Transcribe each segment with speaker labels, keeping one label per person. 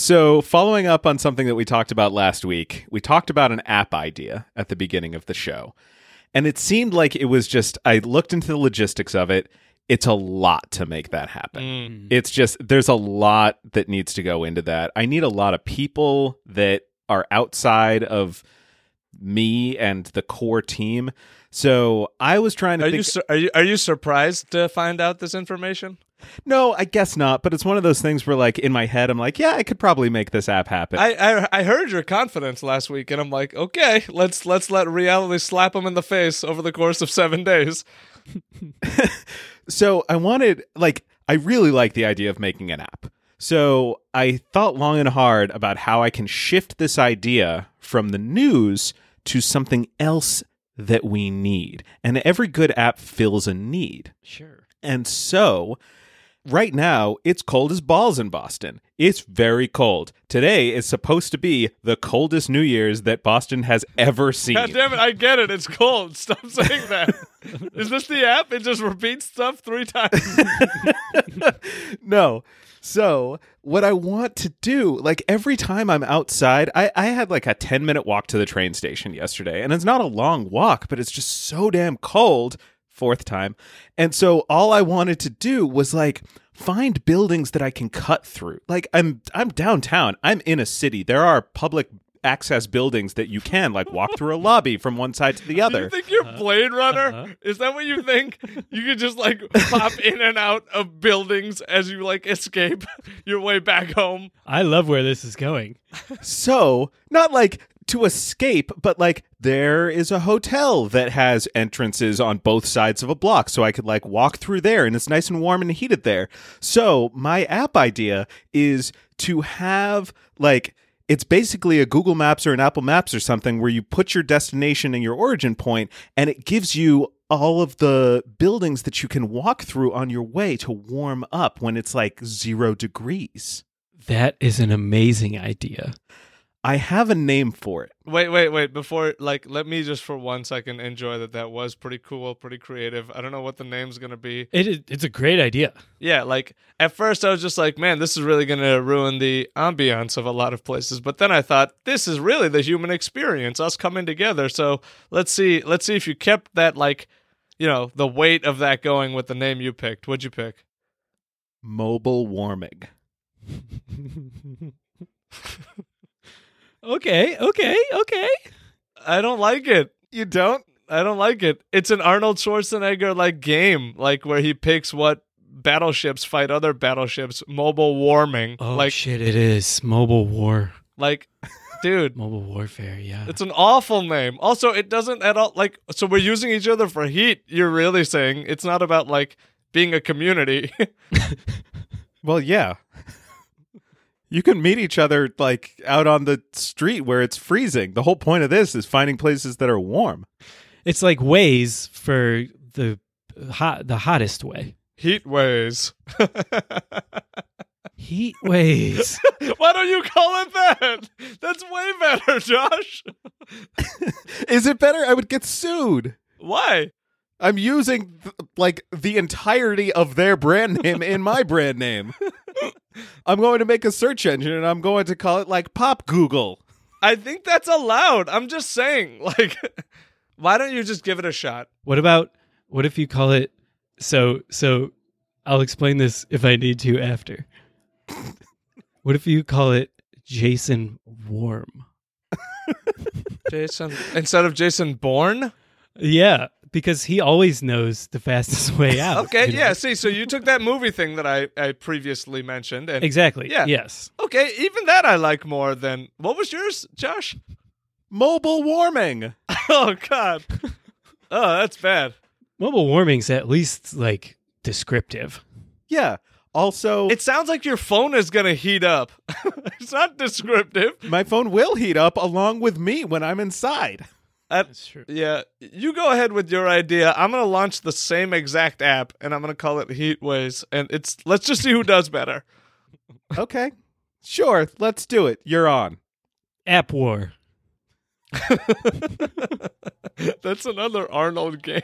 Speaker 1: So, following up on something that we talked about last week, we talked about an app idea at the beginning of the show. And it seemed like it was just, I looked into the logistics of it. It's a lot to make that happen.
Speaker 2: Mm.
Speaker 1: It's just, there's a lot that needs to go into that. I need a lot of people that are outside of me and the core team. So, I was trying to
Speaker 2: Are
Speaker 1: think.
Speaker 2: you, sur- are you are you surprised to find out this information?
Speaker 1: no, I guess not. But it's one of those things where, like, in my head, I'm like, yeah, I could probably make this app happen.
Speaker 2: I, I I heard your confidence last week, and I'm like, okay, let's let's let reality slap him in the face over the course of seven days.
Speaker 1: So I wanted, like, I really like the idea of making an app. So I thought long and hard about how I can shift this idea from the news to something else that we need. And every good app fills a need.
Speaker 3: Sure.
Speaker 1: And so right now, it's cold as balls in Boston. It's very cold. Today is supposed to be the coldest New Year's that Boston has ever seen.
Speaker 2: God damn it, I get it. It's cold. Stop saying that. Is this the app? It just repeats stuff three times.
Speaker 1: no. So, what I want to do, like every time I'm outside, I, I had like a 10 minute walk to the train station yesterday, and it's not a long walk, but it's just so damn cold, fourth time. And so, all I wanted to do was like, find buildings that I can cut through. Like I'm I'm downtown. I'm in a city. There are public access buildings that you can like walk through a lobby from one side to the
Speaker 2: Do you
Speaker 1: other.
Speaker 2: think you're Blade Runner? Is that what you think? You could just like pop in and out of buildings as you like escape your way back home.
Speaker 3: I love where this is going.
Speaker 1: So, not like to escape, but like there is a hotel that has entrances on both sides of a block. So I could like walk through there and it's nice and warm and heated there. So, my app idea is to have like it's basically a Google Maps or an Apple Maps or something where you put your destination and your origin point and it gives you all of the buildings that you can walk through on your way to warm up when it's like 0 degrees.
Speaker 3: That is an amazing idea.
Speaker 1: I have a name for it.
Speaker 2: Wait, wait, wait. Before, like, let me just for one second enjoy that that was pretty cool, pretty creative. I don't know what the name's going to be.
Speaker 3: It is, it's a great idea.
Speaker 2: Yeah, like, at first I was just like, man, this is really going to ruin the ambiance of a lot of places. But then I thought, this is really the human experience, us coming together. So let's see, let's see if you kept that, like, you know, the weight of that going with the name you picked. What'd you pick?
Speaker 1: mobile warming.
Speaker 3: okay, okay, okay.
Speaker 2: I don't like it.
Speaker 1: You don't?
Speaker 2: I don't like it. It's an Arnold Schwarzenegger like game, like where he picks what battleships fight other battleships. Mobile warming,
Speaker 3: Oh
Speaker 2: like
Speaker 3: shit, it is mobile war,
Speaker 2: like, dude,
Speaker 3: mobile warfare. Yeah,
Speaker 2: it's an awful name. Also, it doesn't at all like. So we're using each other for heat. You're really saying it's not about like being a community.
Speaker 1: Well, yeah. you can meet each other like out on the street where it's freezing. The whole point of this is finding places that are warm.
Speaker 3: it's like ways for the hot, the hottest way.
Speaker 2: heat ways.
Speaker 3: Heat ways.
Speaker 2: Why don't you call it that? That's way better, Josh.
Speaker 1: Is it better? I would get sued.
Speaker 2: Why?
Speaker 1: I'm using th- like the entirety of their brand name in my brand name. I'm going to make a search engine and I'm going to call it like Pop Google.
Speaker 2: I think that's allowed. I'm just saying, like, why don't you just give it a shot?
Speaker 3: What about what if you call it so so I'll explain this if I need to after. what if you call it Jason Warm?
Speaker 2: Jason instead of Jason Bourne?
Speaker 3: Yeah, because he always knows the fastest way out.
Speaker 2: Okay,
Speaker 3: Oh, you know?
Speaker 2: yeah, see, so you took that movie thing that I, I previously mentioned and
Speaker 3: Exactly.
Speaker 2: Yeah.
Speaker 3: Yes.
Speaker 2: okay, even that I like more than what was yours, Josh?
Speaker 1: Mobile warming.
Speaker 2: Oh god. Oh, that's bad.
Speaker 3: Mobile warming's at least like descriptive.
Speaker 1: Yeah. Also,
Speaker 2: It sounds like your phone is gonna heat up. it's not descriptive.
Speaker 1: my phone will heat up along with me when I'm inside.
Speaker 3: That's true.
Speaker 2: Uh, Yeah, you go ahead with your idea. I'm gonna launch the same exact app and I'm gonna call it Heatways and it's let's just see who does better.
Speaker 1: Okay. Sure, let's do it. You're on.
Speaker 3: App war.
Speaker 2: That's another Arnold game.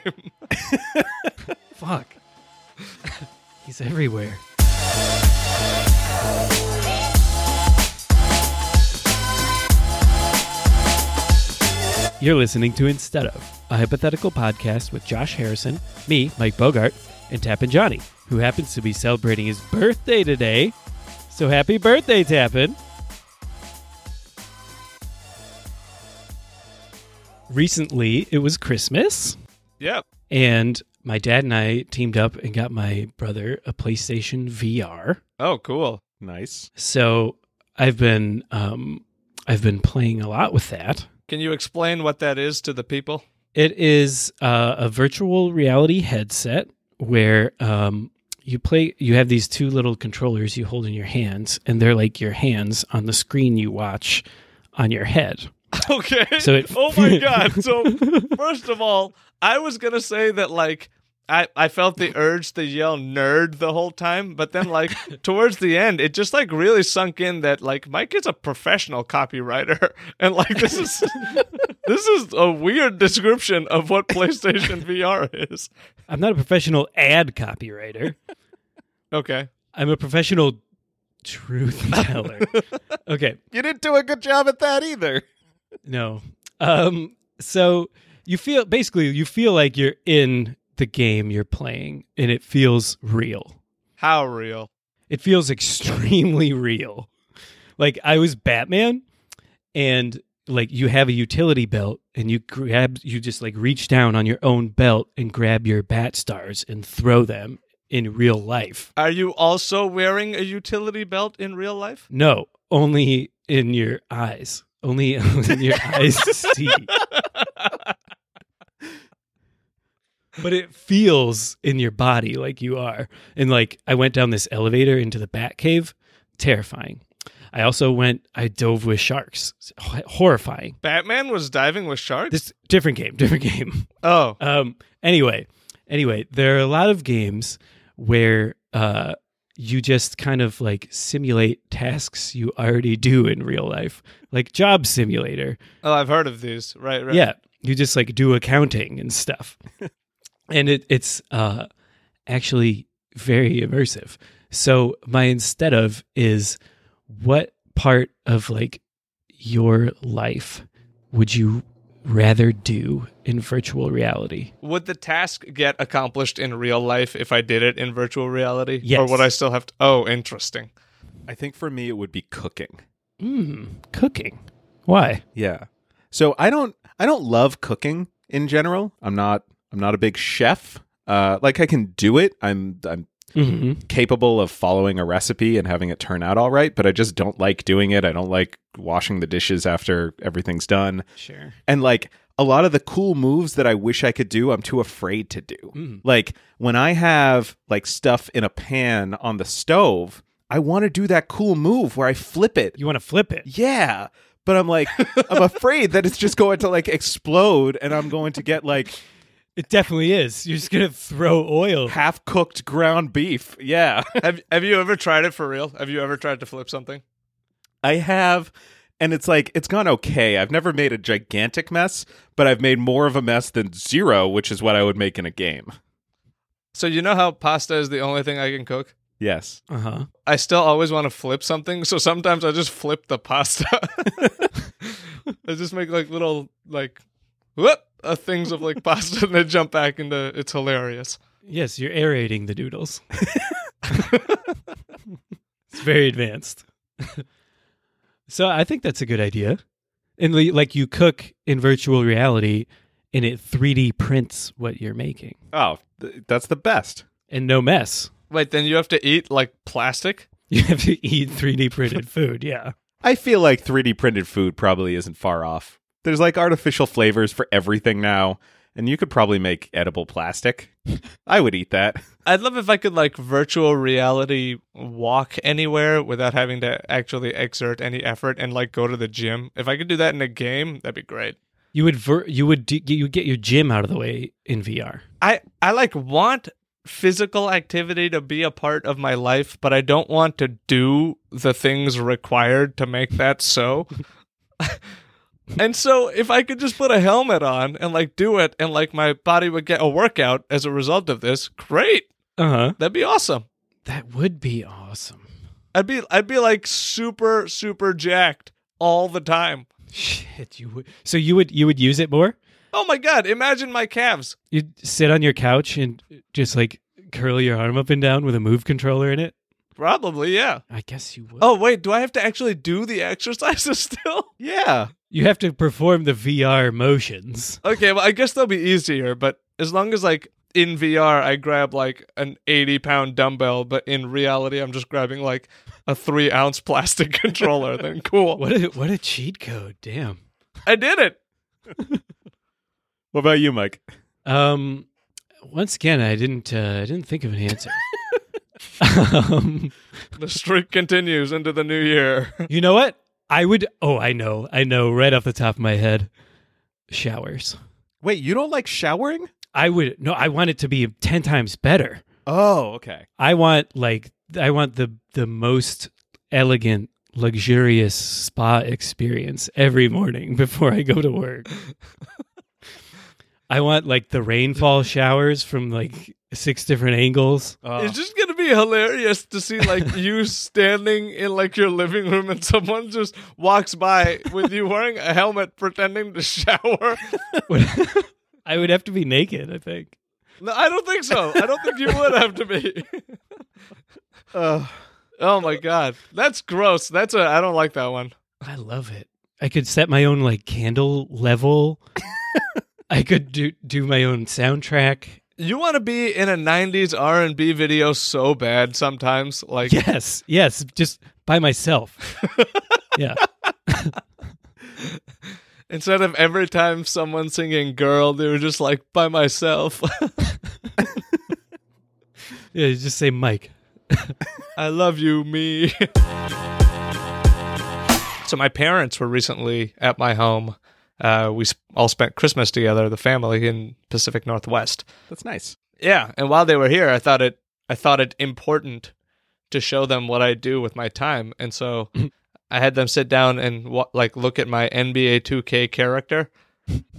Speaker 3: Fuck. He's everywhere. You're listening to Instead of, a hypothetical podcast with Josh Harrison, me, Mike Bogart, and Tappan Johnny, who happens to be celebrating his birthday today. So happy birthday, Tappan! Recently, it was Christmas,
Speaker 2: Yep.
Speaker 3: and my dad and I teamed up and got my brother a PlayStation VR.
Speaker 2: Oh, cool.
Speaker 1: Nice.
Speaker 3: So I've been um, I've been playing a lot with that.
Speaker 2: Can you explain what that is to the people?
Speaker 3: It is uh, a virtual reality headset where um, you play. You have these two little controllers you hold in your hands, and they're like your hands on the screen you watch on your head.
Speaker 2: Okay.
Speaker 3: So it-
Speaker 2: oh my god. So first of all, I was gonna say that like I, I felt the urge to yell nerd the whole time, but then like towards the end, it just like really sunk in that like Mike is a professional copywriter, and like this is this is a weird description of what PlayStation VR is.
Speaker 3: I'm not a professional ad copywriter.
Speaker 2: Okay,
Speaker 3: I'm a professional truth teller. okay.
Speaker 1: You didn't do a good job at that either.
Speaker 3: No. Um so you feel basically you feel like you're in the game you're playing and it feels real.
Speaker 2: how real?
Speaker 3: It feels extremely real. Like I was Batman and like you have a utility belt and you grab you just like reach down on your own belt and grab your bat stars and throw them in real life.
Speaker 2: Are you also wearing a utility belt in real life?
Speaker 3: No, only in your eyes. Only in your eyes see. But it feels in your body like you are. And like I went down this elevator into the bat cave, terrifying. I also went I dove with sharks. H- horrifying.
Speaker 2: Batman was diving with sharks.
Speaker 3: This different game, different game.
Speaker 2: oh,
Speaker 3: Um. Anyway, anyway, there are a lot of games where uh you just kind of like simulate tasks you already do in real life, like Job Simulator.
Speaker 2: oh, I've heard of these. Right, right.
Speaker 3: Yeah, you just like do accounting and stuff, and it it's uh actually very immersive. So my instead of is what part of like your life would you rather do in virtual reality?
Speaker 2: Would the task get accomplished in real life if I did it in virtual reality?
Speaker 3: Yes.
Speaker 2: Or would I still have to? Oh, interesting.
Speaker 1: I think for me, it would be cooking.
Speaker 3: Mm, cooking. Why?
Speaker 1: Yeah. So I don't I don't love cooking in general. I'm not I'm not a big chef. Uh, like I can do it. I'm I'm
Speaker 3: Mm-hmm.
Speaker 1: capable of following a recipe and having it turn out all right, but I just don't like doing it. I don't like washing the dishes after everything's done.
Speaker 3: Sure.
Speaker 1: And like a lot of the cool moves that I wish I could do, I'm too afraid to do.
Speaker 3: Mm.
Speaker 1: Like when I have like stuff in a pan on the stove, I want to do that cool move where I flip it
Speaker 3: You want to flip it?
Speaker 1: yeah but i'm like i'm afraid that it's just going to like explode and i'm going to get like
Speaker 3: It definitely is. You're just gonna throw oil.
Speaker 1: half cooked ground beef yeah
Speaker 2: have Have you ever tried it for real? Have you ever tried to flip something?
Speaker 1: i have and it's like it's gone okay i've never made a gigantic mess but i've made more of a mess than zero which is what i would make in a game
Speaker 2: So you know how pasta is the only thing I can cook.
Speaker 1: yes
Speaker 3: Uh huh.
Speaker 2: I still always want to flip something, so sometimes I just flip the pasta. I just make like little like whoop uh, things of like pasta and then jump back into. It's hilarious.
Speaker 3: Yes, you're aerating the doodles. it's very advanced. so I think that's a good idea. And li- like you cook in virtual reality, and it 3D prints what you're making,
Speaker 1: oh th- that's the best
Speaker 3: and no mess.
Speaker 2: Wait, then you have to eat like plastic.
Speaker 3: You have to eat 3D printed food. Yeah.
Speaker 1: i feel like 3d printed food probably isn't far off there's like artificial flavors for everything now and you could probably make edible plastic i would eat that
Speaker 2: I'd love if I could like virtual reality walk anywhere without having to actually exert any effort and like go to the gym. If I could do that in a game, that'd be great.
Speaker 3: You would ver- you would do- you would get your gym out of the way in VR.
Speaker 2: I I like want physical activity to be a part of my life, but I don't want to do the things required to make that so. and so if I could just put a helmet on and like do it and like my body would get a workout as a result of this, great.
Speaker 3: Uh huh.
Speaker 2: That'd be awesome.
Speaker 3: That would be awesome.
Speaker 2: I'd be I'd be like super super jacked all the time.
Speaker 3: Shit, you would. So you would you would use it more?
Speaker 2: Oh my god! Imagine my calves.
Speaker 3: You'd sit on your couch and just like curl your arm up and down with a move controller in it.
Speaker 2: Probably, yeah.
Speaker 3: I guess you would.
Speaker 2: Oh wait, do I have to actually do the exercises still?
Speaker 1: Yeah.
Speaker 3: you have to perform the VR motions.
Speaker 2: Okay, well I guess they'll be easier, but as long as like in VR I grab like an eighty pound dumbbell, but in reality I'm just grabbing like a three ounce plastic controller, then cool.
Speaker 3: What a what a cheat code! Damn.
Speaker 2: I did it.
Speaker 1: What about you, Mike?
Speaker 3: Um, once again, I didn't uh, I didn't think of an answer. um,
Speaker 2: The streak continues into the new year.
Speaker 3: you know what? I would. Oh, I know, I know, right off the top of my head, showers.
Speaker 1: Wait, you don't like showering?
Speaker 3: I would no. I want it to be ten times better.
Speaker 1: Oh, okay.
Speaker 3: I want like I want the the most elegant, luxurious spa experience every morning before I go to work. I want like the rainfall showers from like six different angles.
Speaker 1: Uh,
Speaker 2: It's just gonna be hilarious to see like you standing in like your living room and someone just walks by with you wearing a helmet pretending to shower.
Speaker 3: I would have to be naked, I think.
Speaker 2: No, I don't think so. I don't think you would have to be.
Speaker 1: uh,
Speaker 2: Oh my god, that's gross. That's a I don't like that one.
Speaker 3: I love it. I could set my own like candle level. I could do do my own soundtrack.
Speaker 2: You want to be in a '90s R&B video so bad sometimes, like
Speaker 3: Yes, yes, just by myself. yeah.
Speaker 2: instead of every time someone singing "Girl," they were just like by myself.
Speaker 3: yeah, just say Mike.
Speaker 2: I love you, me. so my parents were recently at my home. Uh, we sp- all spent Christmas together, the family in Pacific Northwest.
Speaker 1: that's nice.
Speaker 2: Yeah, and while they were here, I thought it I thought it important to show them what I do with my time, and so I had them sit down and wa- like look at my NBA 2K character.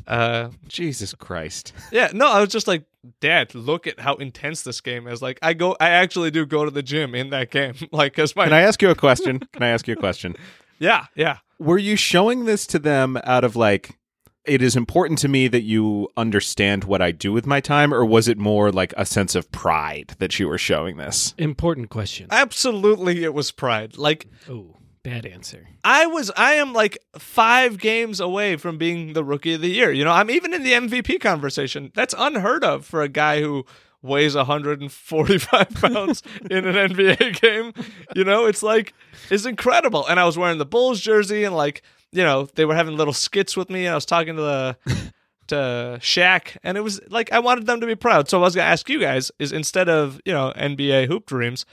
Speaker 2: Uh,
Speaker 1: Jesus Christ.
Speaker 2: yeah, no, I was just like, Dad, look at how intense this game is. Like, I go, I actually do go to the gym in that game, like, cause my
Speaker 1: Can I ask you a question? Can I ask you a question?
Speaker 2: yeah, yeah.
Speaker 1: Were you showing this to them out of like, it is important to me that you understand what I do with my time, or was it more like a sense of pride that you were showing this?
Speaker 3: Important question.
Speaker 2: Absolutely, it was pride. Like,
Speaker 3: oh, bad answer.
Speaker 2: I was, I am like five games away from being the rookie of the year. You know, I'm even in the MVP conversation. That's unheard of for a guy who weighs 145 pounds in an NBA game. You know, it's like, it's incredible. And I was wearing the Bulls jersey and like, you know, they were having little skits with me and I was talking to the. To Shaq, and it was like I wanted them to be proud. So I was gonna ask you guys: is instead of you know NBA hoop dreams,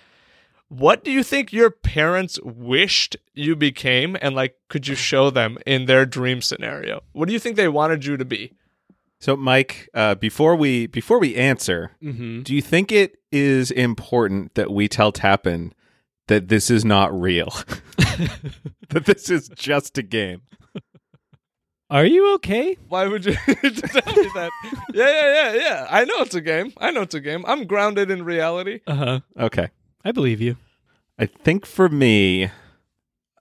Speaker 2: what do you think your parents wished you became and like could you show them in their dream scenario what do you think they wanted you to be
Speaker 1: So, Mike, uh, before we before we answer,
Speaker 3: Mm-hmm.
Speaker 1: do you think it is important that we tell Tappan that this is not real, that this is just a game?
Speaker 3: Are you okay?
Speaker 2: why would you tell me that yeah yeah yeah yeah i know it's a game i know it's a game i'm grounded in reality
Speaker 3: Uh huh.
Speaker 1: Okay.
Speaker 3: I believe you.
Speaker 1: I think for me,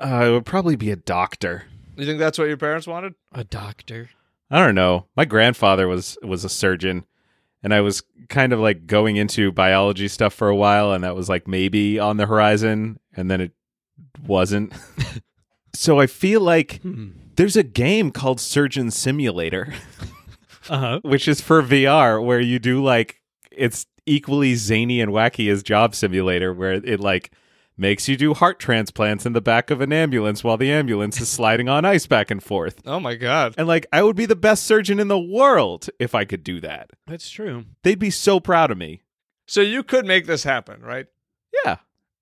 Speaker 1: uh, it would probably be a doctor.
Speaker 2: you think that's what your parents wanted
Speaker 3: A doctor.
Speaker 1: I don't know. My grandfather was was a surgeon, and I was kind of like going into biology stuff for a while, and that was like maybe on the horizon, and then it wasn't. so I feel like
Speaker 3: Hmm.
Speaker 1: there's a game called Surgeon Simulator,
Speaker 3: Uh huh.
Speaker 1: which is for VR, where you do like it's equally zany and wacky as Job Simulator, where it like makes you do heart transplants in the back of an ambulance while the ambulance is sliding on ice back and forth.
Speaker 2: oh my god
Speaker 1: And like, I would be the best surgeon in the world if I could do that.
Speaker 3: That's true.
Speaker 1: They'd be so proud of me.
Speaker 2: so you could make this happen right
Speaker 1: Yeah.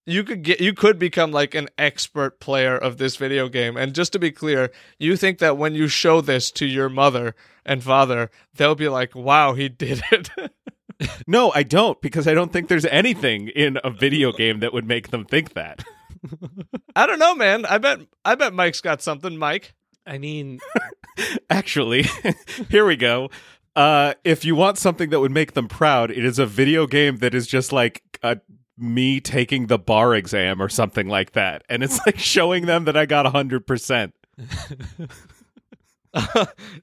Speaker 2: you could get you could become like an expert player of this video game and just to be clear you think that when you show this to your mother and father they'll be like wow he did it
Speaker 1: No, I don't, because I don't think there's anything in a video game that would make them think that.
Speaker 2: I don't know, man. I bet I bet Mike's got something, Mike.
Speaker 3: I mean,
Speaker 1: Actually, here we go. Uh, if you want something that would make them proud, it is a video game that is just like a, me taking the bar exam or something like that. And it's like showing them that I got 100%.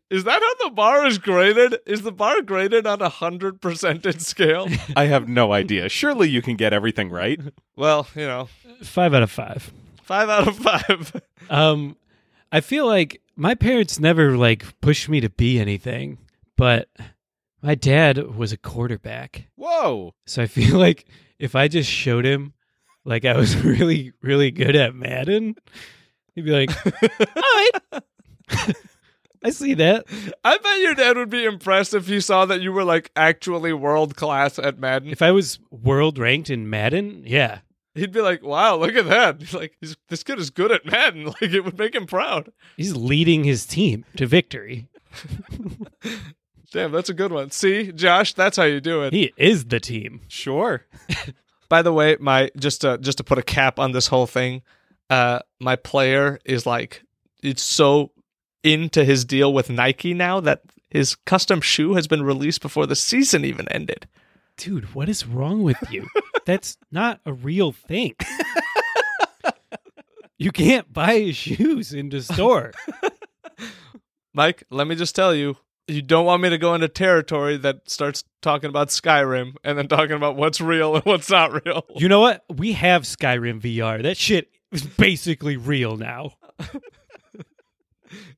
Speaker 2: is that how the bar is graded? Is the bar graded on a hundred percentage scale?
Speaker 1: I have no idea. Surely you can get everything right.
Speaker 2: Well, you know,
Speaker 3: Five out of five.
Speaker 2: five out of five.
Speaker 3: Um, I feel like my parents never like pushed me to be anything, but my dad was a quarterback.
Speaker 1: Whoa.
Speaker 3: So I feel like if I just showed him like I was really, really good at Madden, he'd be like, All right. I see that.
Speaker 2: I bet your dad would be impressed if he saw that you were like actually world class at Madden.
Speaker 3: If I was world ranked in Madden, yeah.
Speaker 2: He'd be like, "Wow, look at that! He's Like he's, this kid is good at Madden. Like it would make him proud."
Speaker 3: He's leading his team to victory.
Speaker 2: Damn, that's a good one. See, Josh, that's how you do it.
Speaker 3: He is the team.
Speaker 1: Sure.
Speaker 2: By the way, my just to just to put a cap on this whole thing, uh, my player is like it's so into his deal with Nike now that his custom shoe has been released before the season even ended.
Speaker 3: Dude, what is wrong with you? That's not a real thing. you can't buy his shoes in the store.
Speaker 2: Mike, let me just tell you, you don't want me to go into territory that starts talking about Skyrim and then talking about what's real and what's not real.
Speaker 3: You know what? We have Skyrim VR. That shit is basically real now.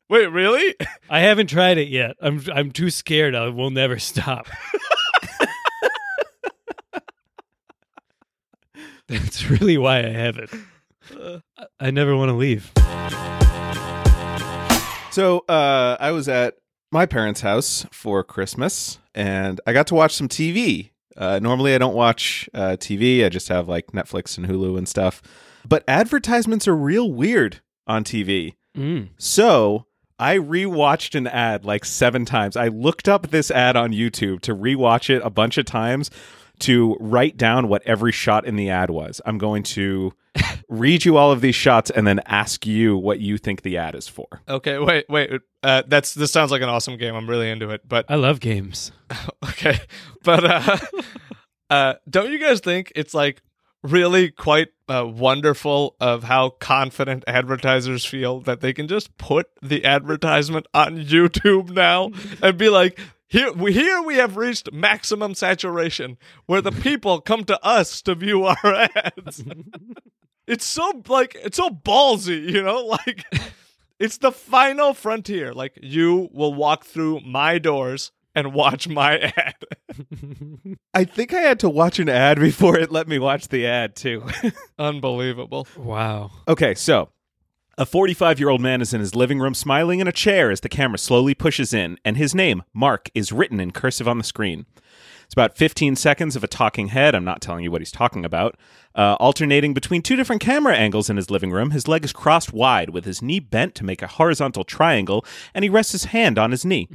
Speaker 2: Wait, really?
Speaker 3: I haven't tried it yet. I'm I'm too scared. I will never stop. That's really why I haven't. I- Uh, I never want to leave.
Speaker 1: So uh, I was at my parents' house for Christmas, and I got to watch some TV. Uh, normally, I don't watch uh, TV. I just have like Netflix and Hulu and stuff. But advertisements are real weird on TV. So I rewatched an ad like seven times. I looked up this ad on YouTube to rewatch it a bunch of times to write down what every shot in the ad was. I'm going to read you all of these shots and then ask you what you think the ad is for.
Speaker 2: Okay, wait, wait. Uh, that's this sounds like an awesome game. I'm really into it, but
Speaker 3: I love games.
Speaker 2: okay, but uh, uh, don't you guys think it's like really quite uh, wonderful of how confident advertisers feel that they can just put the advertisement on YouTube now and be like. Here we, here we have reached maximum saturation where the people come to us to view our ads. it's so like it's so ballsy, you know? Like it's the final frontier. Like you will walk through my doors and watch my ad.
Speaker 1: I think I had to watch an ad before it let me watch the ad, too.
Speaker 2: Unbelievable.
Speaker 3: Wow.
Speaker 1: Okay, so a 45 year old man is in his living room smiling in a chair as the camera slowly pushes in, and his name, Mark, is written in cursive on the screen. It's about 15 seconds of a talking head. I'm not telling you what he's talking about. Uh, alternating between two different camera angles in his living room, his leg is crossed wide with his knee bent to make a horizontal triangle, and he rests his hand on his knee.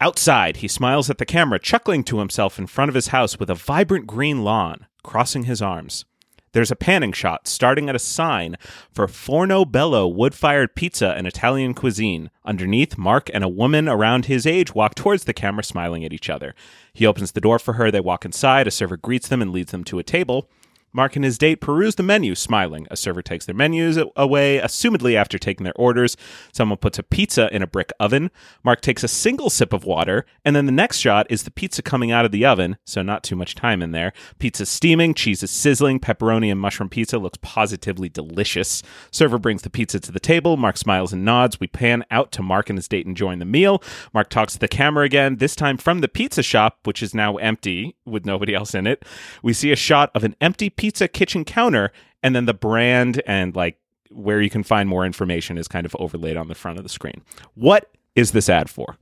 Speaker 1: Outside, he smiles at the camera, chuckling to himself in front of his house with a vibrant green lawn, crossing his arms. There's a panning shot starting at a sign for Forno Bello wood fired pizza and Italian cuisine. Underneath, Mark and a woman around his age walk towards the camera, smiling at each other. He opens the door for her, they walk inside, a server greets them and leads them to a table. Mark and his date peruse the menu, smiling. A server takes their menus a- away, assumedly after taking their orders. Someone puts a pizza in a brick oven. Mark takes a single sip of water, and then the next shot is the pizza coming out of the oven, so not too much time in there. Pizza's steaming, cheese is sizzling, pepperoni and mushroom pizza looks positively delicious. Server brings the pizza to the table. Mark smiles and nods. We pan out to Mark and his date enjoying the meal. Mark talks to the camera again, this time from the pizza shop, which is now empty with nobody else in it. We see a shot of an empty pizza kitchen counter, and then the brand and like where you can find more information is kind of overlaid on the front of the screen. What is this ad for?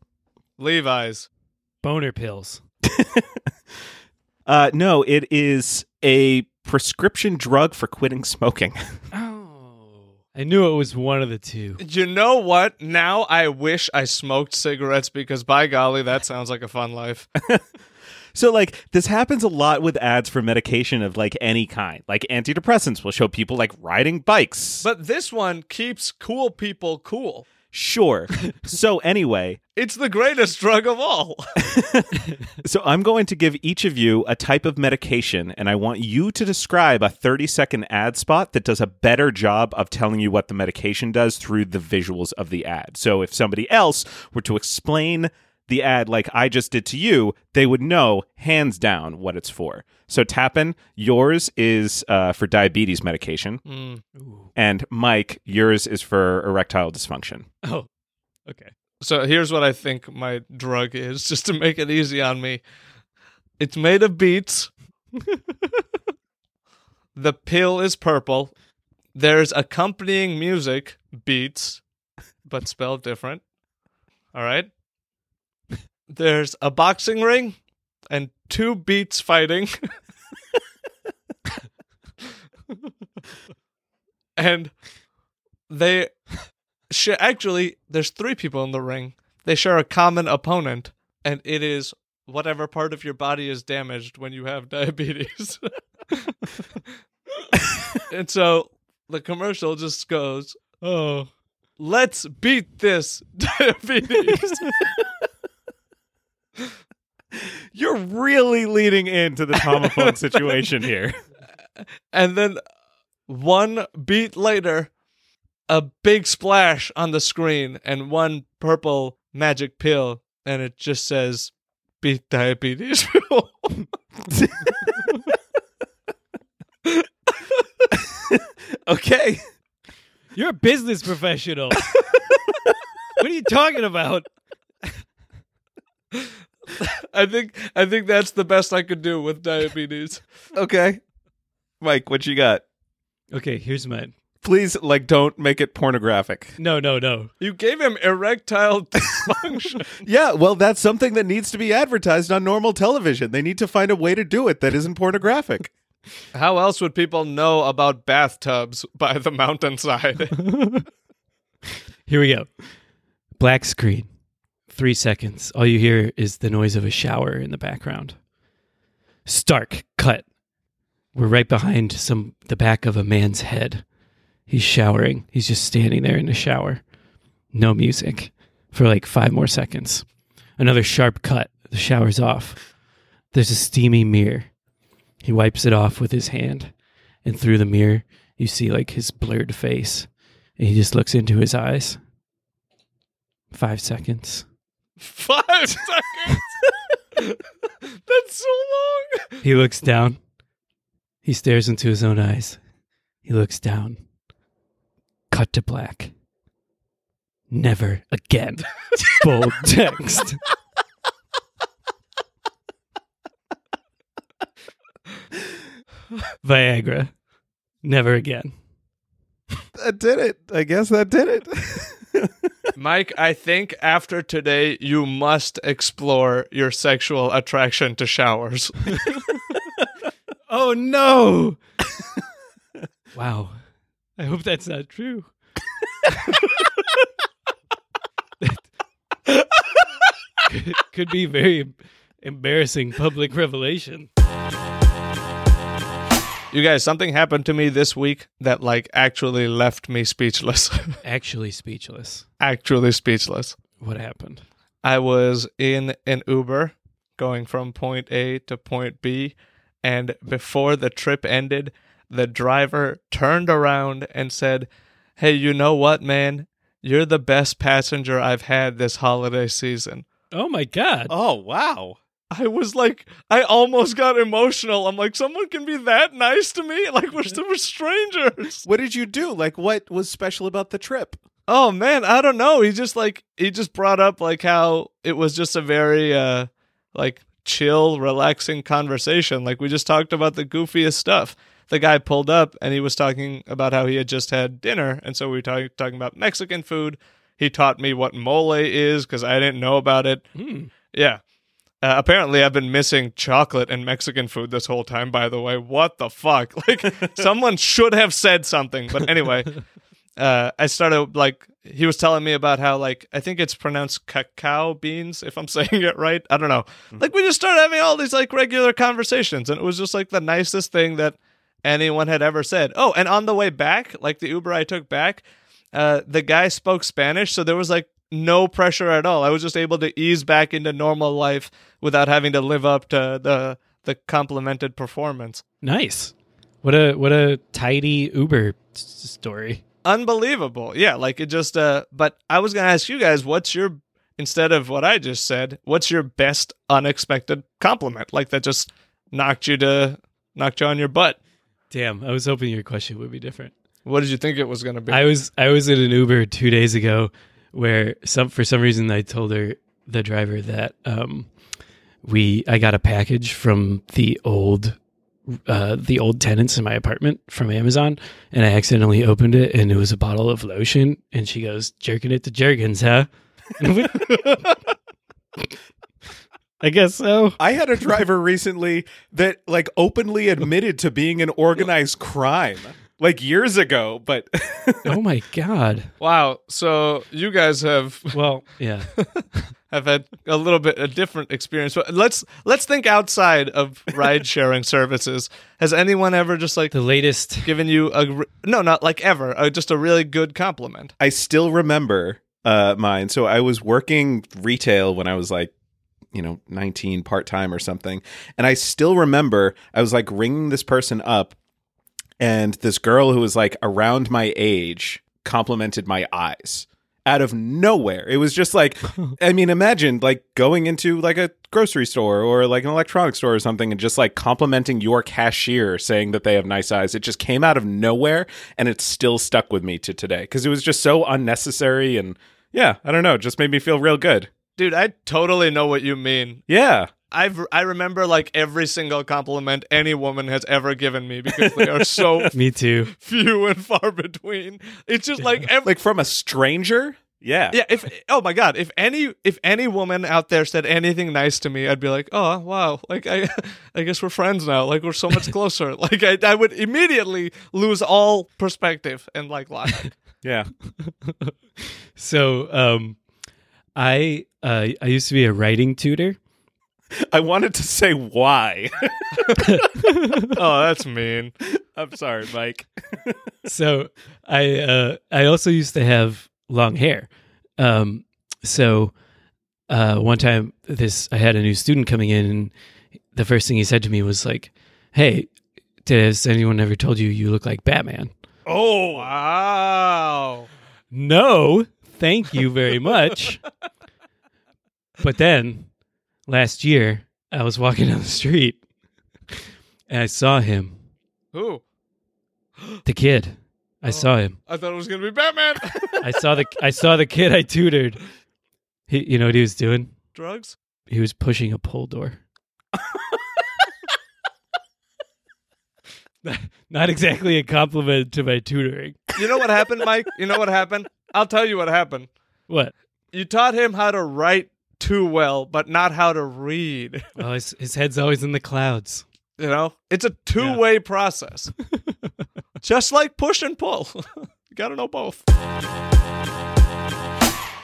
Speaker 2: Levi's.
Speaker 3: Boner pills.
Speaker 1: Uh, no, it is a prescription drug for quitting smoking.
Speaker 3: Oh. I knew it was one of the two.
Speaker 2: You know what? Now I wish I smoked cigarettes because by golly, that sounds like a fun life.
Speaker 1: So like this happens a lot with ads for medication of like any kind. Like antidepressants will show people like riding bikes.
Speaker 2: But this one keeps cool people cool.
Speaker 1: Sure. so anyway,
Speaker 2: It's the greatest drug of all.
Speaker 1: so I'm going to give each of you a type of medication, and I want you to describe a 30 second ad spot that does a better job of telling you what the medication does through the visuals of the ad. So if somebody else were to explain the ad like I just did to you, they would know hands down what it's for. So Tappan, yours is uh, for diabetes medication,
Speaker 2: Mm.
Speaker 1: and Mike, yours is for erectile dysfunction.
Speaker 3: Oh, okay.
Speaker 2: So here's what I think my drug is, just to make it easy on me. It's made of beets. the pill is purple. There's accompanying music, beats, but spelled different. All right. There's a boxing ring and two beats fighting. and they sh- actually there's three people in the ring they share a common opponent and it is whatever part of your body is damaged when you have diabetes and so the commercial just goes oh let's beat this diabetes
Speaker 1: You're really leading into the homophone situation here.
Speaker 2: and then one beat later a big splash on the screen and one purple magic pill and it just says beat diabetes
Speaker 1: Okay.
Speaker 3: You're a business professional. what are you talking about?
Speaker 2: I think I think that's the best I could do with diabetes.
Speaker 1: Okay. Mike, what you got?
Speaker 3: Okay, here's mine.
Speaker 1: Please, like, don't make it pornographic.
Speaker 3: No, no, no.
Speaker 2: You gave him erectile dysfunction.
Speaker 1: Yeah, well, that's something that needs to be advertised on normal television. They need to find a way to do it that isn't pornographic.
Speaker 2: How else would people know about bathtubs by the mountainside?
Speaker 3: Here we go. Black screen. Three seconds. All you hear is the noise of a shower in the background. Stark cut. We're right behind some the back of a man's head. He's showering. He's just standing there in the shower. No music for like five more seconds. Another sharp cut. The shower's off. There's a steamy mirror. He wipes it off with his hand. And through the mirror, you see like his blurred face. And he just looks into his eyes. Five seconds.
Speaker 2: Five seconds. that's so long.
Speaker 3: He looks down. He stares into his own eyes. He looks down. Cut to black. Never again. Bold text. Viagra. Never again.
Speaker 1: That did it. I guess that did it.
Speaker 2: Mike, I think after today you must explore your sexual attraction to showers.
Speaker 3: Oh no! wow. I hope that's not true. could, could be very embarrassing public revelation.
Speaker 2: You guys, something happened to me this week that like actually left me speechless.
Speaker 3: Actually, speechless.
Speaker 2: actually speechless.
Speaker 3: What happened?
Speaker 2: I was in an Uber going from point A to point B, and before the trip ended, the driver turned around and said, Hey, you know what, man? You're the best passenger I've had this holiday season.
Speaker 3: Oh my god!
Speaker 1: oh, wow.
Speaker 2: I was like, I almost got emotional. I'm like, someone can be that nice to me? Like, we're, we're strangers.
Speaker 1: What did you do? Like, what was special about the trip?
Speaker 2: Oh man, I don't know. He just like he just brought up like how it was just a very uh like chill, relaxing conversation. Like we just talked about the goofiest stuff. The guy pulled up and he was talking about how he had just had dinner, and so we were talk- talking about Mexican food. He taught me what mole is because I didn't know about it.
Speaker 3: Hmm.
Speaker 2: Yeah. Uh, apparently, I've been missing chocolate and Mexican food this whole time, by the way. What the fuck? Like, someone should have said something. But anyway, uh, I started, like, he was telling me about how, like, I think it's pronounced cacao beans, if I'm saying it right. I don't know. Like, we just started having all these, like, regular conversations. And it was just, like, the nicest thing that anyone had ever said. Oh, and on the way back, like, the Uber I took back, uh, the guy spoke Spanish, so there was like no pressure at all. I was just able to ease back into normal life without having to live up to the the complimented performance.
Speaker 3: Nice. What a what a tidy Uber s- story.
Speaker 2: Unbelievable. Yeah, like it just uh but I was going to ask you guys what's your instead of what I just said, what's your best unexpected compliment like that just knocked you to knocked you on your butt?
Speaker 3: Damn, I was hoping your question would be different.
Speaker 2: What did you think it was going to be?
Speaker 3: I was I was in an Uber two days ago where some for some reason I told her the driver that um, we I got a package from the old uh, the old tenants in my apartment from Amazon and I accidentally opened it and it was a bottle of lotion and she goes jerking it to jerkins huh? And I'm like, I guess so.
Speaker 1: I had a driver recently that like openly admitted to being an organized crime like years ago, but
Speaker 3: Oh my god.
Speaker 2: wow. So you guys have
Speaker 3: Well, yeah.
Speaker 2: have had a little bit a different experience. But let's let's think outside of ride sharing services. Has anyone ever just like
Speaker 3: The latest
Speaker 2: given you a re- no, not like ever, uh, just a really good compliment?
Speaker 1: I still remember uh, mine. So I was working retail when I was like, you know, 19 part time or something. And I still remember I was like ringing this person up, and this girl who was like around my age complimented my eyes out of nowhere. It was just like, I mean, imagine like going into like a grocery store or like an electronics store or something and just like complimenting your cashier saying that they have nice eyes. It just came out of nowhere and it still stuck with me to today because it was just so unnecessary and yeah, I don't know, it just made me feel real good.
Speaker 2: Dude, I totally know what you mean.
Speaker 1: Yeah.
Speaker 2: I've I remember like every single compliment any woman has ever given me because they are so
Speaker 3: me too.
Speaker 2: few and far between. It's just like every
Speaker 1: Like from a stranger? Yeah.
Speaker 2: yeah, if oh my god, if any if any woman out there said anything nice to me, I'd be like, "Oh, wow. Like I I guess we're friends now. Like we're so much closer." like I I would immediately lose all perspective and like logic.
Speaker 1: Yeah.
Speaker 3: So um I uh I used to be a writing tutor.
Speaker 1: I wanted to say why.
Speaker 2: oh, that's mean.
Speaker 1: I'm sorry, Mike.
Speaker 3: So I uh I also used to have long hair. Um so uh one time this I had a new student coming in and the first thing he said to me was like, "Hey, has anyone ever told you you look like Batman?"
Speaker 2: Oh, wow.
Speaker 3: No, thank you very much. but then last year, I was walking down the street and I saw him,
Speaker 2: Who?
Speaker 3: the kid. I saw him.
Speaker 2: I thought it was going to be Batman.
Speaker 3: I saw the I saw the kid I tutored. He, you know what he was doing?
Speaker 2: Drugs?
Speaker 3: He was pushing a pole door. Not exactly a compliment to my tutoring.
Speaker 2: You know what happened, Mike? You know what happened? I'll tell you what happened.
Speaker 3: What?
Speaker 2: You taught him how to write too well, but not how to read.
Speaker 3: Oh, his, his head's always in the clouds.
Speaker 2: You know, it's a two way process, just like push and pull. you got to know both.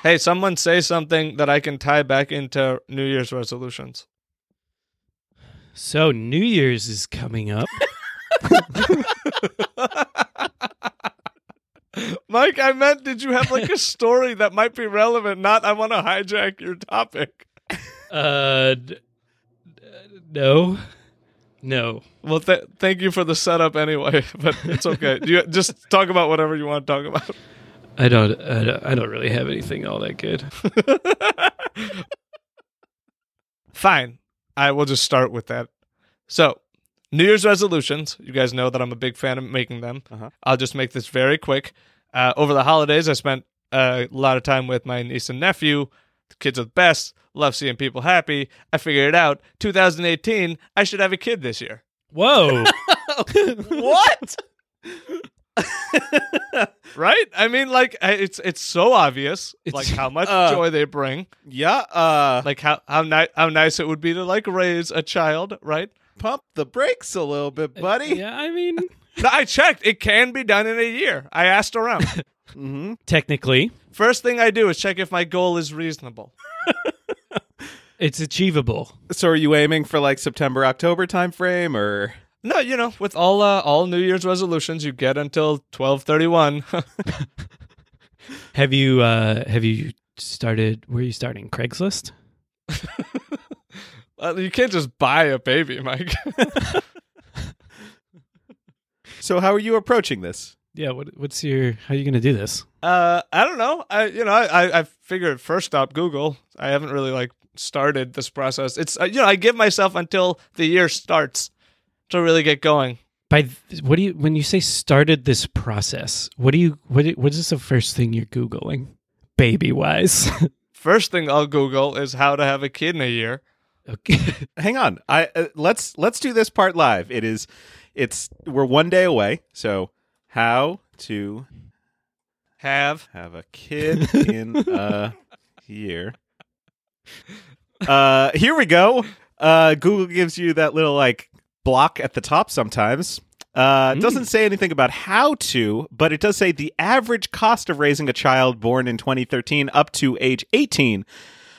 Speaker 2: Hey, someone say something that I can tie back into New Year's resolutions.
Speaker 3: So New Year's is coming up.
Speaker 2: Mike, I meant, did you have like a story that might be relevant? Not, I want to hijack your topic.
Speaker 3: Uh, d- uh, no, no.
Speaker 2: Well, th- thank you for the setup anyway, but it's okay. you just talk about whatever you want to talk about.
Speaker 3: I don't, I don't. I don't really have anything all that good.
Speaker 2: Fine. I will just start with that. So, New Year's resolutions. You guys know that I'm a big fan of making them.
Speaker 1: Uh-huh.
Speaker 2: I'll just make this very quick. Uh, over the holidays, I spent a lot of time with my niece and nephew. The kids are the best. Love seeing people happy. I figured it out. 2018, I should have a kid this year.
Speaker 3: Whoa!
Speaker 1: what?
Speaker 2: Right? I mean, like I- it's it's so obvious, like how much
Speaker 1: uh,
Speaker 2: joy they bring,
Speaker 1: Yeah, uh
Speaker 2: like how how nice how nice it would be to like raise a child, right?
Speaker 1: pump the brakes a little bit, buddy.
Speaker 3: yeah, I mean,
Speaker 2: No, I checked. It can be done in a year. I asked around.
Speaker 1: Mhm.
Speaker 3: technically,
Speaker 2: First thing I do is check if my goal is reasonable.
Speaker 3: it's achievable.
Speaker 1: So are you aiming for like September October time frame or
Speaker 2: No, you know, with all uh, all New Year's resolutions, you get until twelve thirty one.
Speaker 3: Have you uh have you started where are you starting? Craigslist?
Speaker 2: Uh, You can't just buy a baby, Mike.
Speaker 1: So how are you approaching this?
Speaker 3: Yeah, what what's your how are you gonna do this?
Speaker 2: Uh, I don't know. I you know I I, I figured first stop Google. I haven't really like started this process. It's uh, you know I give myself until the year starts to really get going.
Speaker 3: By th- what do you when you say started this process, what do you what do- what is the first thing you're Googling? Baby wise.
Speaker 2: First thing I'll Google is how to have a kid in a year.
Speaker 3: okay.
Speaker 1: Hang on. I uh, let's let's do this part live. It is it's we're one day away. So how to
Speaker 2: Have
Speaker 1: have a kid in a year. Uh here we go. Uh Google gives you that little like block at the top sometimes. Uh, it doesn't say anything about how to, but it does say the average cost of raising a child born in 2013 up to age 18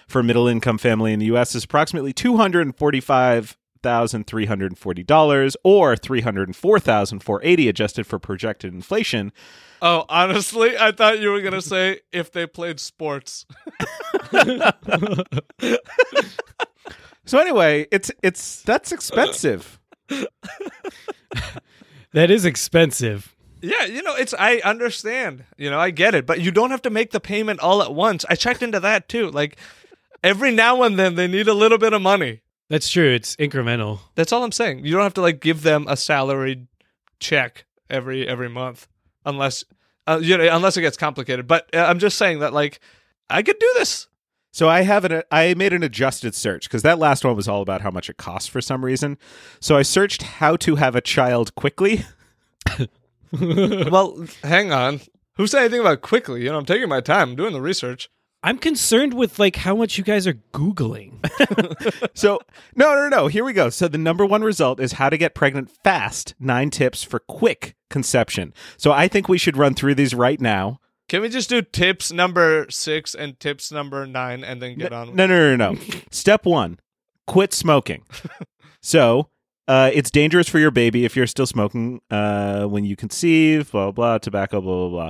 Speaker 1: for a middle income family in the US is approximately $245,340 or $304,480 adjusted for projected inflation.
Speaker 2: oh honestly, I thought you were gonna say if they played sports.
Speaker 1: So anyway, it's it's that's expensive.
Speaker 3: That is expensive.
Speaker 2: Yeah, you know, it's I understand. You know, I get it, but you don't have to make the payment all at once. I checked into that too. Like every now and then they need a little bit of money.
Speaker 3: That's true. It's incremental.
Speaker 2: That's all I'm saying. You don't have to like give them a salaried check every every month, unless uh, you know unless it gets complicated. But uh, I'm just saying that like I could do this.
Speaker 1: So I have an I made an adjusted search because that last one was all about how much it costs for some reason. So I searched how to have a child quickly.
Speaker 2: well, hang on. Who said anything about quickly? You know, I'm taking my time. I'm doing the research.
Speaker 3: I'm concerned with like how much you guys are Googling.
Speaker 1: So no no no, here we go. So the number one result is how to get pregnant fast. Nine tips for quick conception. So I think we should run through these right now.
Speaker 2: Can we just do tips number six and tips number nine, and then get on? with
Speaker 1: No, no, no, no. Step one: quit smoking. so uh, it's dangerous for your baby if you're still smoking uh, when you conceive. Blah blah, blah tobacco. Blah blah blah.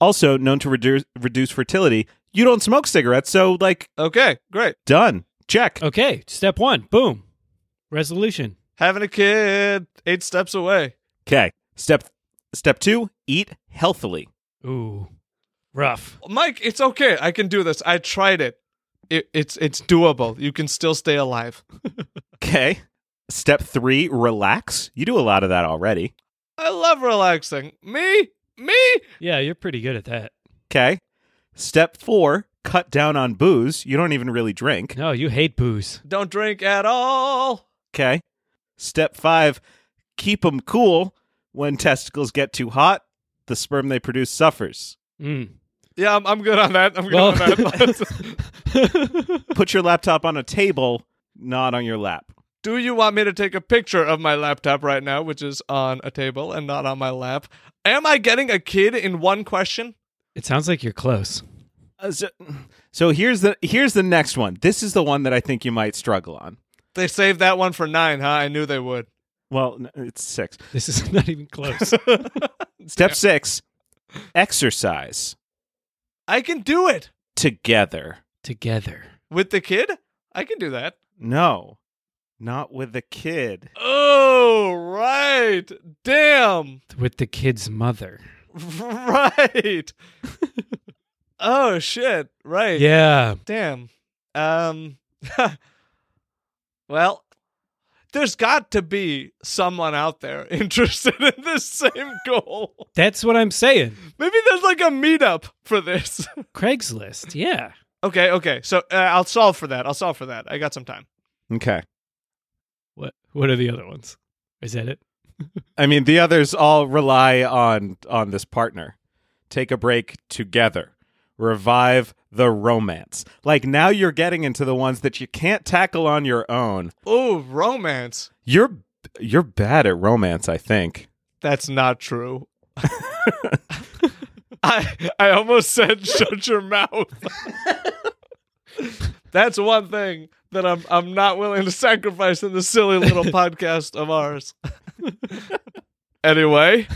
Speaker 1: Also known to reduce reduce fertility. You don't smoke cigarettes, so like
Speaker 2: Okay, great.
Speaker 1: done. Check.
Speaker 3: Okay, step one, boom, resolution.
Speaker 2: Having a kid, eight steps away.
Speaker 1: Okay. Step step two: eat healthily.
Speaker 3: Ooh, rough.
Speaker 2: Mike, it's okay. I can do this. I tried it. it it's it's doable. You can still stay alive.
Speaker 1: Okay. Step three: relax. You do a lot of that already.
Speaker 2: I love relaxing. Me? Me?
Speaker 3: Yeah, you're pretty good at that.
Speaker 1: Okay. Step four: cut down on booze. You don't even really drink.
Speaker 3: No, you hate booze.
Speaker 2: Don't drink at all.
Speaker 1: Okay. Step five, keep them cool. When testicles get too hot, the sperm they produce suffers.
Speaker 3: Mm.
Speaker 2: Yeah, I'm, I'm good on that. I'm good
Speaker 3: Well,
Speaker 2: on that.
Speaker 1: Put your laptop on a table, not on your lap.
Speaker 2: Do you want me to take a picture of my laptop right now, which is on a table and not on my lap? Am I getting a kid in one question?
Speaker 3: it sounds like you're close.
Speaker 1: Uh, so, so here's the here's the next one. This is the one that I think you might struggle on.
Speaker 2: They saved that one for nine, huh? I knew they would.
Speaker 1: Well, n- it's six.
Speaker 3: This is not even close.
Speaker 1: Step six, exercise
Speaker 2: I can do it
Speaker 1: together.
Speaker 3: Together.
Speaker 2: with the kid. I can do that.
Speaker 1: No, not with the kid.
Speaker 2: Oh, right. Damn.
Speaker 3: With the kid's mother.
Speaker 2: Right. oh shit. Right.
Speaker 3: Yeah.
Speaker 2: Damn. Um Well, there's got to be someone out there interested in this same goal.
Speaker 3: That's what I'm saying.
Speaker 2: Maybe there's like a meetup for this.
Speaker 3: Craigslist. Yeah.
Speaker 2: okay, okay. So uh, I'll solve for that. I'll solve for that. I got some time.
Speaker 1: Okay.
Speaker 3: What what are the other ones? Is that it?
Speaker 1: I mean, the others all rely on on this partner. Take a break together. Revive the romance. Like now you're getting into the ones that you can't tackle on your own.
Speaker 2: Oh, romance.
Speaker 1: You're you're bad at romance, I think.
Speaker 2: That's not true. I I almost said shut your mouth. That's one thing that I'm I'm not willing to sacrifice in this silly little podcast of ours. anyway,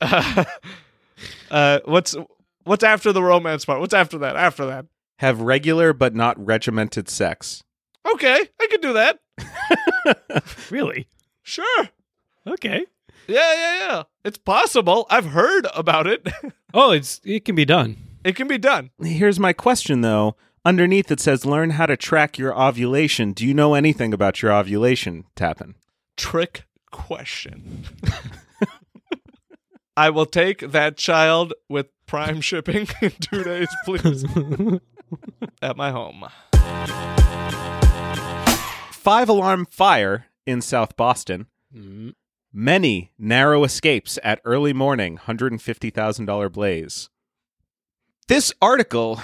Speaker 2: uh, uh, what's What's after the romance part? What's after that? After that.
Speaker 1: Have regular but not regimented sex.
Speaker 2: Okay, I could do that.
Speaker 3: Really?
Speaker 2: Sure.
Speaker 3: Okay.
Speaker 2: Yeah, yeah, yeah. It's possible. I've heard about it.
Speaker 3: Oh, it's it can be done.
Speaker 2: it can be done.
Speaker 1: Here's my question though. Underneath it says learn how to track your ovulation. Do you know anything about your ovulation, Tappan?
Speaker 2: Trick question. I will take that child with prime shipping in two days, please,
Speaker 3: Mm,
Speaker 2: at my home.
Speaker 1: Five alarm fire in South Boston. Many narrow escapes at early morning, $150,000 blaze. This article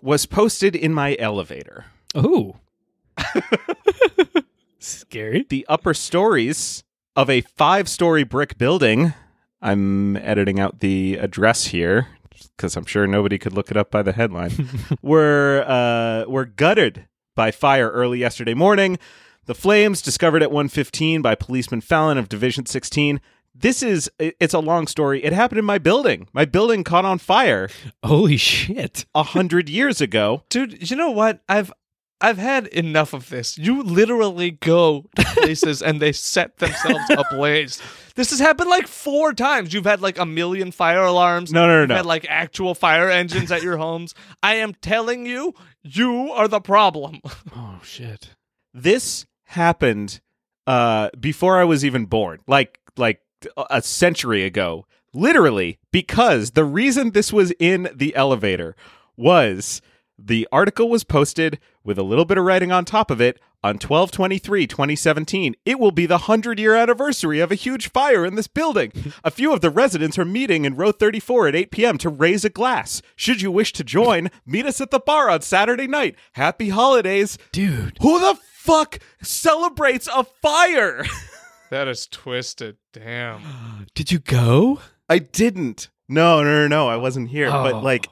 Speaker 1: was posted in my elevator.
Speaker 3: Oh. Scary.
Speaker 1: The upper stories of a five story brick building. I'm editing out the address here because I'm sure nobody could look it up by the headline. were, uh, were gutted by fire early yesterday morning. The flames discovered at 1:15 by policeman Fallon of Division 16. This is it- it's a long story. It happened in my building. My building caught on fire
Speaker 3: Holy shit.
Speaker 1: a hundred years ago.
Speaker 2: Dude, you know what? I've I've had enough of this. You literally go to places and they set themselves ablaze. This has happened like four times. You've had like a million fire alarms.
Speaker 1: No, no,
Speaker 2: You've
Speaker 1: no,
Speaker 2: had
Speaker 1: no.
Speaker 2: like actual fire engines at your homes. I am telling you, you are the problem.
Speaker 3: Oh shit.
Speaker 1: This happened uh, before I was even born, like like a- a century ago, literally. Because the reason this was in the elevator was the article was posted with a little bit of writing on top of it on 1223 2017 it will be the 100 year anniversary of a huge fire in this building a few of the residents are meeting in row 34 at 8 p.m to raise a glass should you wish to join meet us at the bar on saturday night happy holidays
Speaker 3: Dude.
Speaker 1: who the fuck celebrates a fire
Speaker 2: That is twisted. Damn.
Speaker 3: Did you go?
Speaker 1: i didn't no no no no i wasn't here
Speaker 3: Oh.
Speaker 1: but like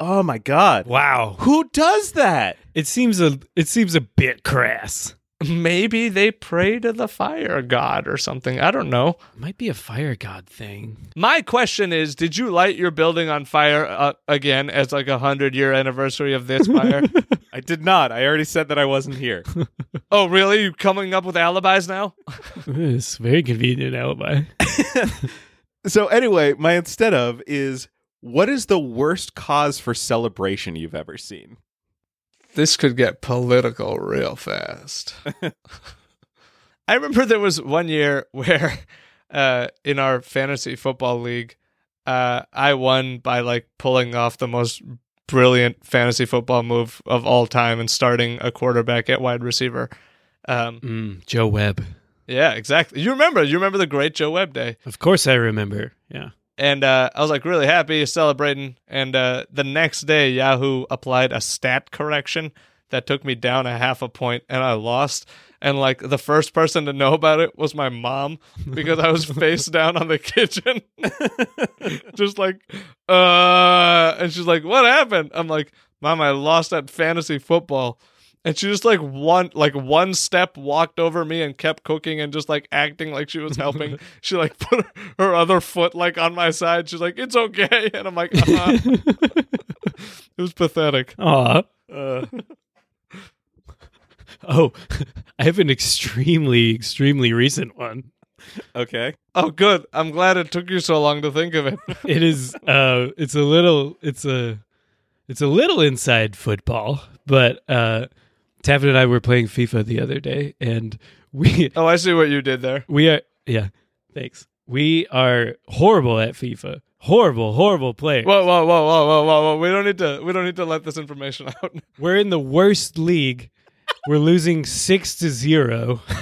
Speaker 1: oh my god
Speaker 3: Wow.
Speaker 1: who does that
Speaker 3: It seems a it seems a bit crass.
Speaker 2: Maybe they pray to the fire god or something. I don't know.
Speaker 3: Might be a fire god thing.
Speaker 2: My question is, did you light your building on fire uh, again as like a 100 year anniversary of this fire?
Speaker 1: i did not i already said that i wasn't here
Speaker 2: Oh, really? You coming up with alibis now?
Speaker 3: It's very convenient alibi.
Speaker 1: So anyway, my instead of is what is the worst cause for celebration you've ever seen?
Speaker 2: This could get political real fast. I remember there was one year where uh, in our fantasy football league, uh, I won by like pulling off the most brilliant fantasy football move of all time and starting a quarterback at wide receiver. Um,
Speaker 3: Mm, Joe Webb.
Speaker 2: yeah, exactly. You remember? You remember the great Joe Webb day?
Speaker 3: Of course I remember. Yeah.
Speaker 2: and uh, I was like really happy celebrating. And uh, the next day, Yahoo applied a stat correction that took me down a half a point, and I lost. And like the first person to know about it was my mom because I was face down on the kitchen, just like, uh, and she's like, "What happened?" I'm like, "Mom, I lost at fantasy football." And she just like one like one step walked over me and kept cooking and just like acting like she was helping. she like put her other foot like on my side. She's like, "It's okay," and I'm like, uh "It was pathetic."
Speaker 3: Aw.
Speaker 2: Uh,
Speaker 3: Oh, I have an extremely, extremely recent one.
Speaker 1: Okay.
Speaker 2: oh, good. I'm glad it took you so long to think of it.
Speaker 3: It is uh it's a little it's a it's a little inside football, but uh Tavin and I were playing FIFA the other day and we
Speaker 2: Oh, I see what you did there.
Speaker 3: we are yeah, thanks. We are horrible at FIFA. Horrible, horrible players.
Speaker 2: Whoa, whoa, whoa, whoa, whoa, whoa, whoa. We don't need to. We don't need to let this information out.
Speaker 3: We're in the worst league. We're losing six to zero.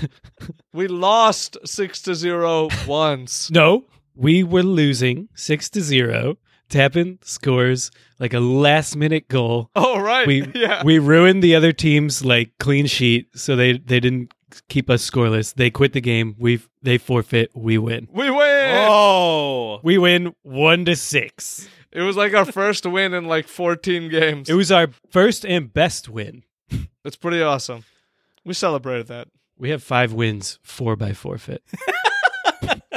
Speaker 2: We lost six to zero once.
Speaker 3: No, we were losing six to zero. Tappan scores like a last minute goal.
Speaker 2: Oh, right.
Speaker 3: We
Speaker 2: yeah.
Speaker 3: we ruined the other team's like clean sheet, so they they didn't keep us scoreless. They quit the game. We they forfeit. We win.
Speaker 2: We win.
Speaker 1: Oh.
Speaker 3: We win one to six.
Speaker 2: It was like our first win in like 14 games.
Speaker 3: It was our first and best win.
Speaker 2: That's pretty awesome. We celebrated that.
Speaker 3: We have five wins, four by forfeit.
Speaker 1: What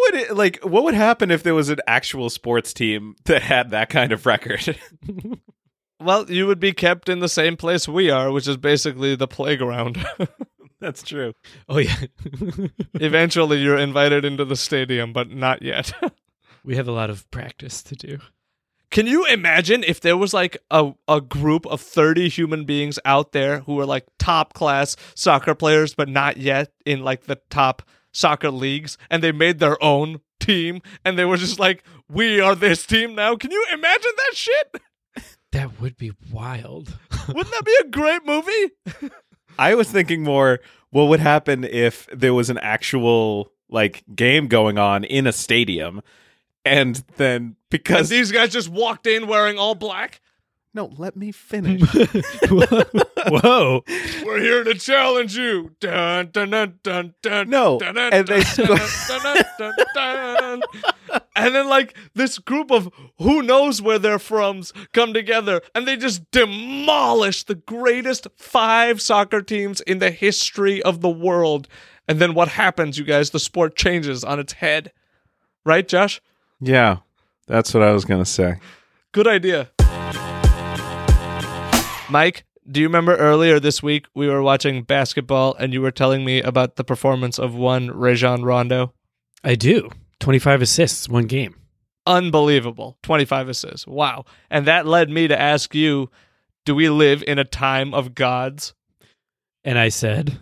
Speaker 1: would it like? What would happen if there was an actual sports team that had that kind of record?
Speaker 2: Well, you would be kept in the same place we are, which is basically the playground.
Speaker 1: That's true.
Speaker 3: Oh yeah.
Speaker 2: Eventually, you're invited into the stadium, but not yet.
Speaker 3: we have a lot of practice to do.
Speaker 2: Can you imagine if there was like a, a group of 30 human beings out there who were like top class soccer players, but not yet in like the top soccer leagues, and they made their own team and they were just like, we are this team now? Can you imagine that shit?
Speaker 3: That would be wild.
Speaker 2: Wouldn't that be a great movie?
Speaker 1: I was thinking more what would happen if there was an actual like game going on in a stadium and then
Speaker 2: And
Speaker 1: because
Speaker 2: these guys just walked in wearing all black.
Speaker 1: no let me finish
Speaker 3: Whoa.
Speaker 2: We're here to challenge you. Dun, dun, dun, dun, dun,
Speaker 1: No,
Speaker 2: Dun, dun,
Speaker 1: and
Speaker 2: dun,
Speaker 1: they
Speaker 2: dun, dun, dun, dun, dun, dun. And then, like, this group of who knows where they're froms come together and they just demolish the greatest five soccer teams in the history of the world. And then what happens, you guys? The sport changes on its head. Right, Josh?
Speaker 1: yeah that's what i was gonna say
Speaker 2: Good idea. Mike, do you remember earlier this week we were watching basketball and you were telling me about the performance of one Rajon Rondo?
Speaker 3: I do. 25 assists, one game.
Speaker 2: Unbelievable. 25 assists. Wow. And that led me to ask you do we live in a time of gods?
Speaker 3: And I said,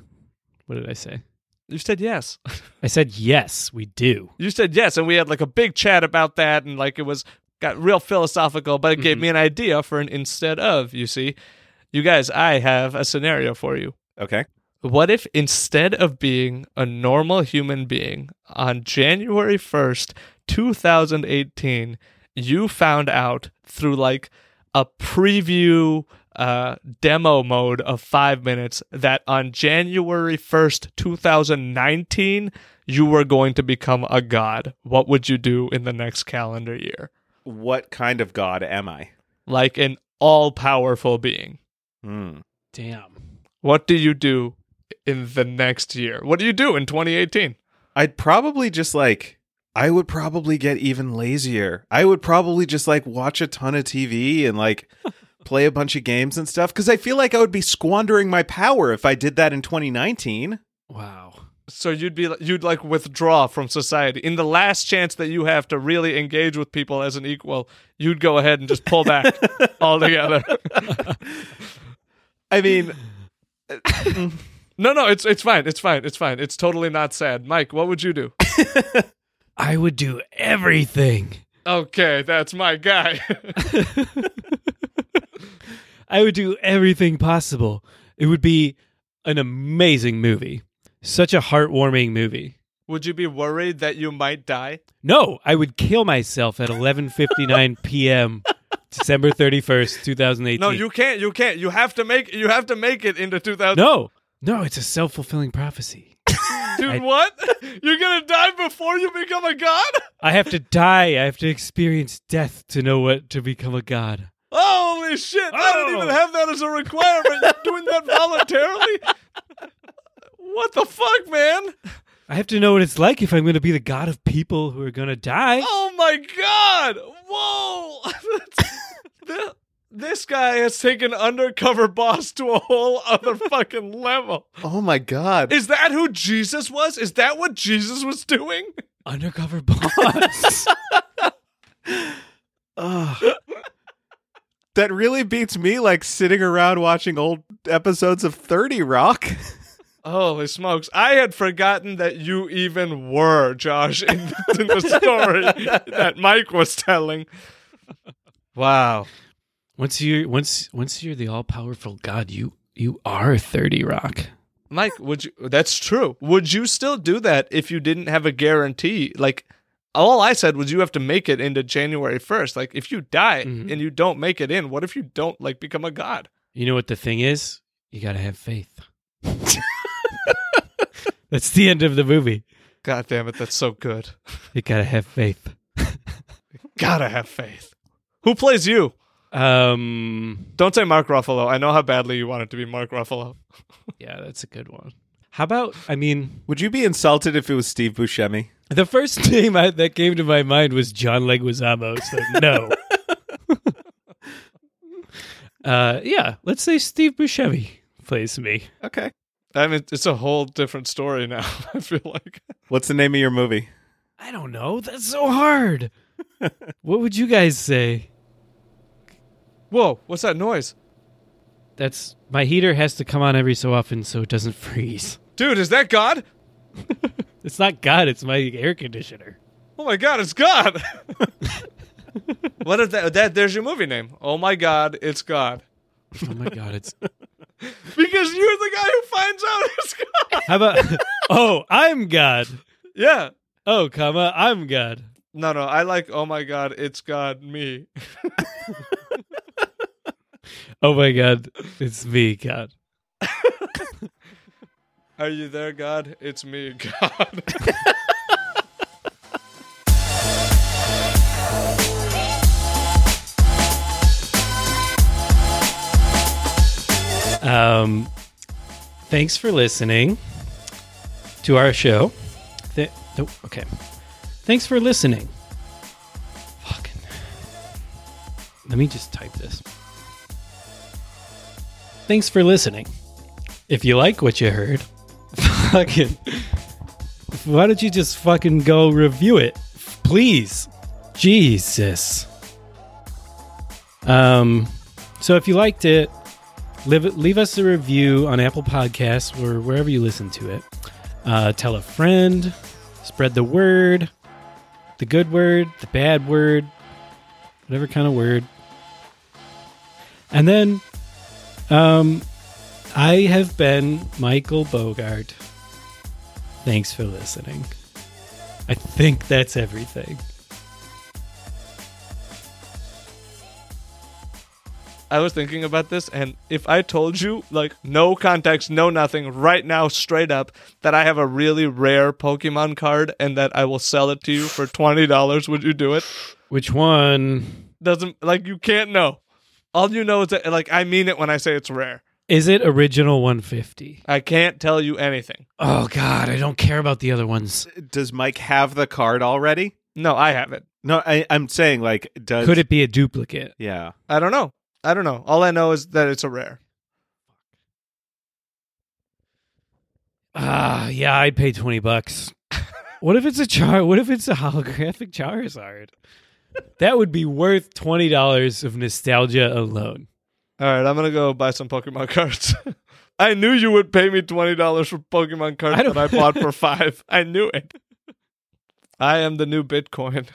Speaker 3: what did I say?
Speaker 2: You said yes.
Speaker 3: I said, yes, we do.
Speaker 2: You said yes. And we had like a big chat about that and like it was got real philosophical, but it gave me an idea for an instead of, you see. You guys, I have a scenario for you.
Speaker 1: okay
Speaker 2: What if instead of being a normal human being on January 1st, 2018, you found out through like a preview uh, demo mode of five minutes that on January 1st, 2019, you were going to become a god? What would you do in the next calendar year?
Speaker 1: what kind of god am i
Speaker 2: Like an all powerful being.
Speaker 1: hmm.
Speaker 3: Damn.
Speaker 2: What do you do in the next year? What do you do in 2018?
Speaker 1: I'd probably just like I would probably get even lazier. I would probably just like watch a ton of TV and like play a bunch of games and stuff cuz I feel like I would be squandering my power if I did that in 2019.
Speaker 3: Wow.
Speaker 2: So you'd be you'd like withdraw from society in the last chance that you have to really engage with people as an equal. You'd go ahead and just pull back altogether.
Speaker 1: I mean,
Speaker 2: no, no, it's it's fine, it's fine, it's fine. It's totally not sad. Mike, what would you do?
Speaker 3: I would do everything.
Speaker 2: Okay, that's my guy.
Speaker 3: I would do everything possible. It would be an amazing movie. Such a heartwarming movie.
Speaker 2: would you be worried that you might die?
Speaker 3: No, I would kill myself at 11:59 p.m. December 31st, 2018.
Speaker 2: No, you can't. You can't. You have to make you have to make it into 2000.
Speaker 3: No. No, it's a self-fulfilling prophecy.
Speaker 2: Dude, what? You're going to die before you become a god?
Speaker 3: I have to die. I have to experience death to know what to become a god.
Speaker 2: Holy shit! I don't
Speaker 3: Oh.
Speaker 2: even have that as a requirement. You're doing that voluntarily? What the fuck, man?
Speaker 3: I have to know what it's like if I'm going to be the god of people who are going to die.
Speaker 2: Oh my god! Whoa! That's- th- this guy has taken undercover boss to a whole other fucking level.
Speaker 1: oh my god.
Speaker 2: Is that who Jesus was? Is that what Jesus was doing?
Speaker 3: Undercover boss.
Speaker 1: Ugh. that really beats me like sitting around watching old episodes of 30 Rock.
Speaker 2: Holy smokes. I had forgotten that you even were, Josh, in the, in the story that Mike was telling. Wow.
Speaker 3: once you are once once you're the all-powerful god, you you are 30 rock.
Speaker 2: Mike, would you that's true. Would you still do that if you didn't have a guarantee? Like all I said was you have to make it into January 1st. Like if you die
Speaker 3: Mhm.
Speaker 2: and you don't make it in, what if you don't like become a god?
Speaker 3: You know what the thing is? You got to have faith. That's the end of the movie.
Speaker 2: God damn it, that's so good.
Speaker 3: You got to have faith.
Speaker 2: Gotta have faith. Who plays you?
Speaker 3: Um
Speaker 2: Don't say Mark Ruffalo. I know how badly you want it to be Mark Ruffalo.
Speaker 3: yeah, that's a good one. How about, I mean,
Speaker 1: Would you be insulted if it was Steve Buscemi?
Speaker 3: the first name I, that came to my mind was John Leguizamo, so no. uh, yeah, let's say Steve Buscemi plays me.
Speaker 1: Okay.
Speaker 2: I mean, it's a whole different story now. I feel like
Speaker 1: What's the name of your movie?
Speaker 3: I don't know. That's so hard. what would you guys say?
Speaker 2: whoa, what's that noise,
Speaker 3: That's my heater has to come on every so often so it doesn't freeze.
Speaker 2: dude? Is that God?
Speaker 3: It's not God, it's my air conditioner.
Speaker 2: Oh my God, it's God. what if that? Oh, That there's your movie name. Oh my God, it's God.
Speaker 3: Oh my god, it's
Speaker 2: Because you're the guy who finds out it's God.
Speaker 3: How about Oh, I'm God.
Speaker 2: Yeah.
Speaker 3: Oh, comma, I'm God.
Speaker 2: No, no. I like. Oh my God, it's God. Me.
Speaker 3: Oh my god, it's me, God.
Speaker 2: Are you there, God? It's me, God.
Speaker 3: Um thanks for listening to our show. Th- oh, okay. Thanks for listening. Fucking. Let me just type this. Thanks for listening. If you like what you heard, fucking. Why don't you just fucking go review it? Please. Jesus. Um, so if you liked it, leave, leave us a review on Apple Podcasts or wherever you listen to it. Uh, tell a friend, spread the word, the good word, the bad word, whatever kind of word. And then um, I have been Michael Bogart. Thanks for listening. I think that's everything.
Speaker 2: I was thinking about this, and if I told you, like, no context, no nothing, right now, straight up, that I have a really rare Pokemon card and that I will sell it to you for twenty dollars, would you do it?
Speaker 3: Which one?
Speaker 2: Doesn't like you can't know. All you know is that like I mean it when I say it's rare.
Speaker 3: Is it original 150?
Speaker 2: I can't tell you anything.
Speaker 3: Oh, God, I don't care about the other ones.
Speaker 1: Does Mike have the card already?
Speaker 2: No, I have it.
Speaker 1: No, I, I'm saying like does
Speaker 3: Could it be a duplicate?
Speaker 1: Yeah.
Speaker 2: I don't know. I don't know. All I know is that it's a rare.
Speaker 3: Ah, yeah, I'd pay 20 bucks. what if it's a char what if it's a holographic Charizard? that would be worth $20 of nostalgia alone.
Speaker 2: All right, I'm gonna go buy some Pokemon cards. I knew you would pay me twenty dollars for Pokemon cards
Speaker 3: I
Speaker 2: that
Speaker 3: don't-
Speaker 2: I bought for five. I knew it. I am the new Bitcoin.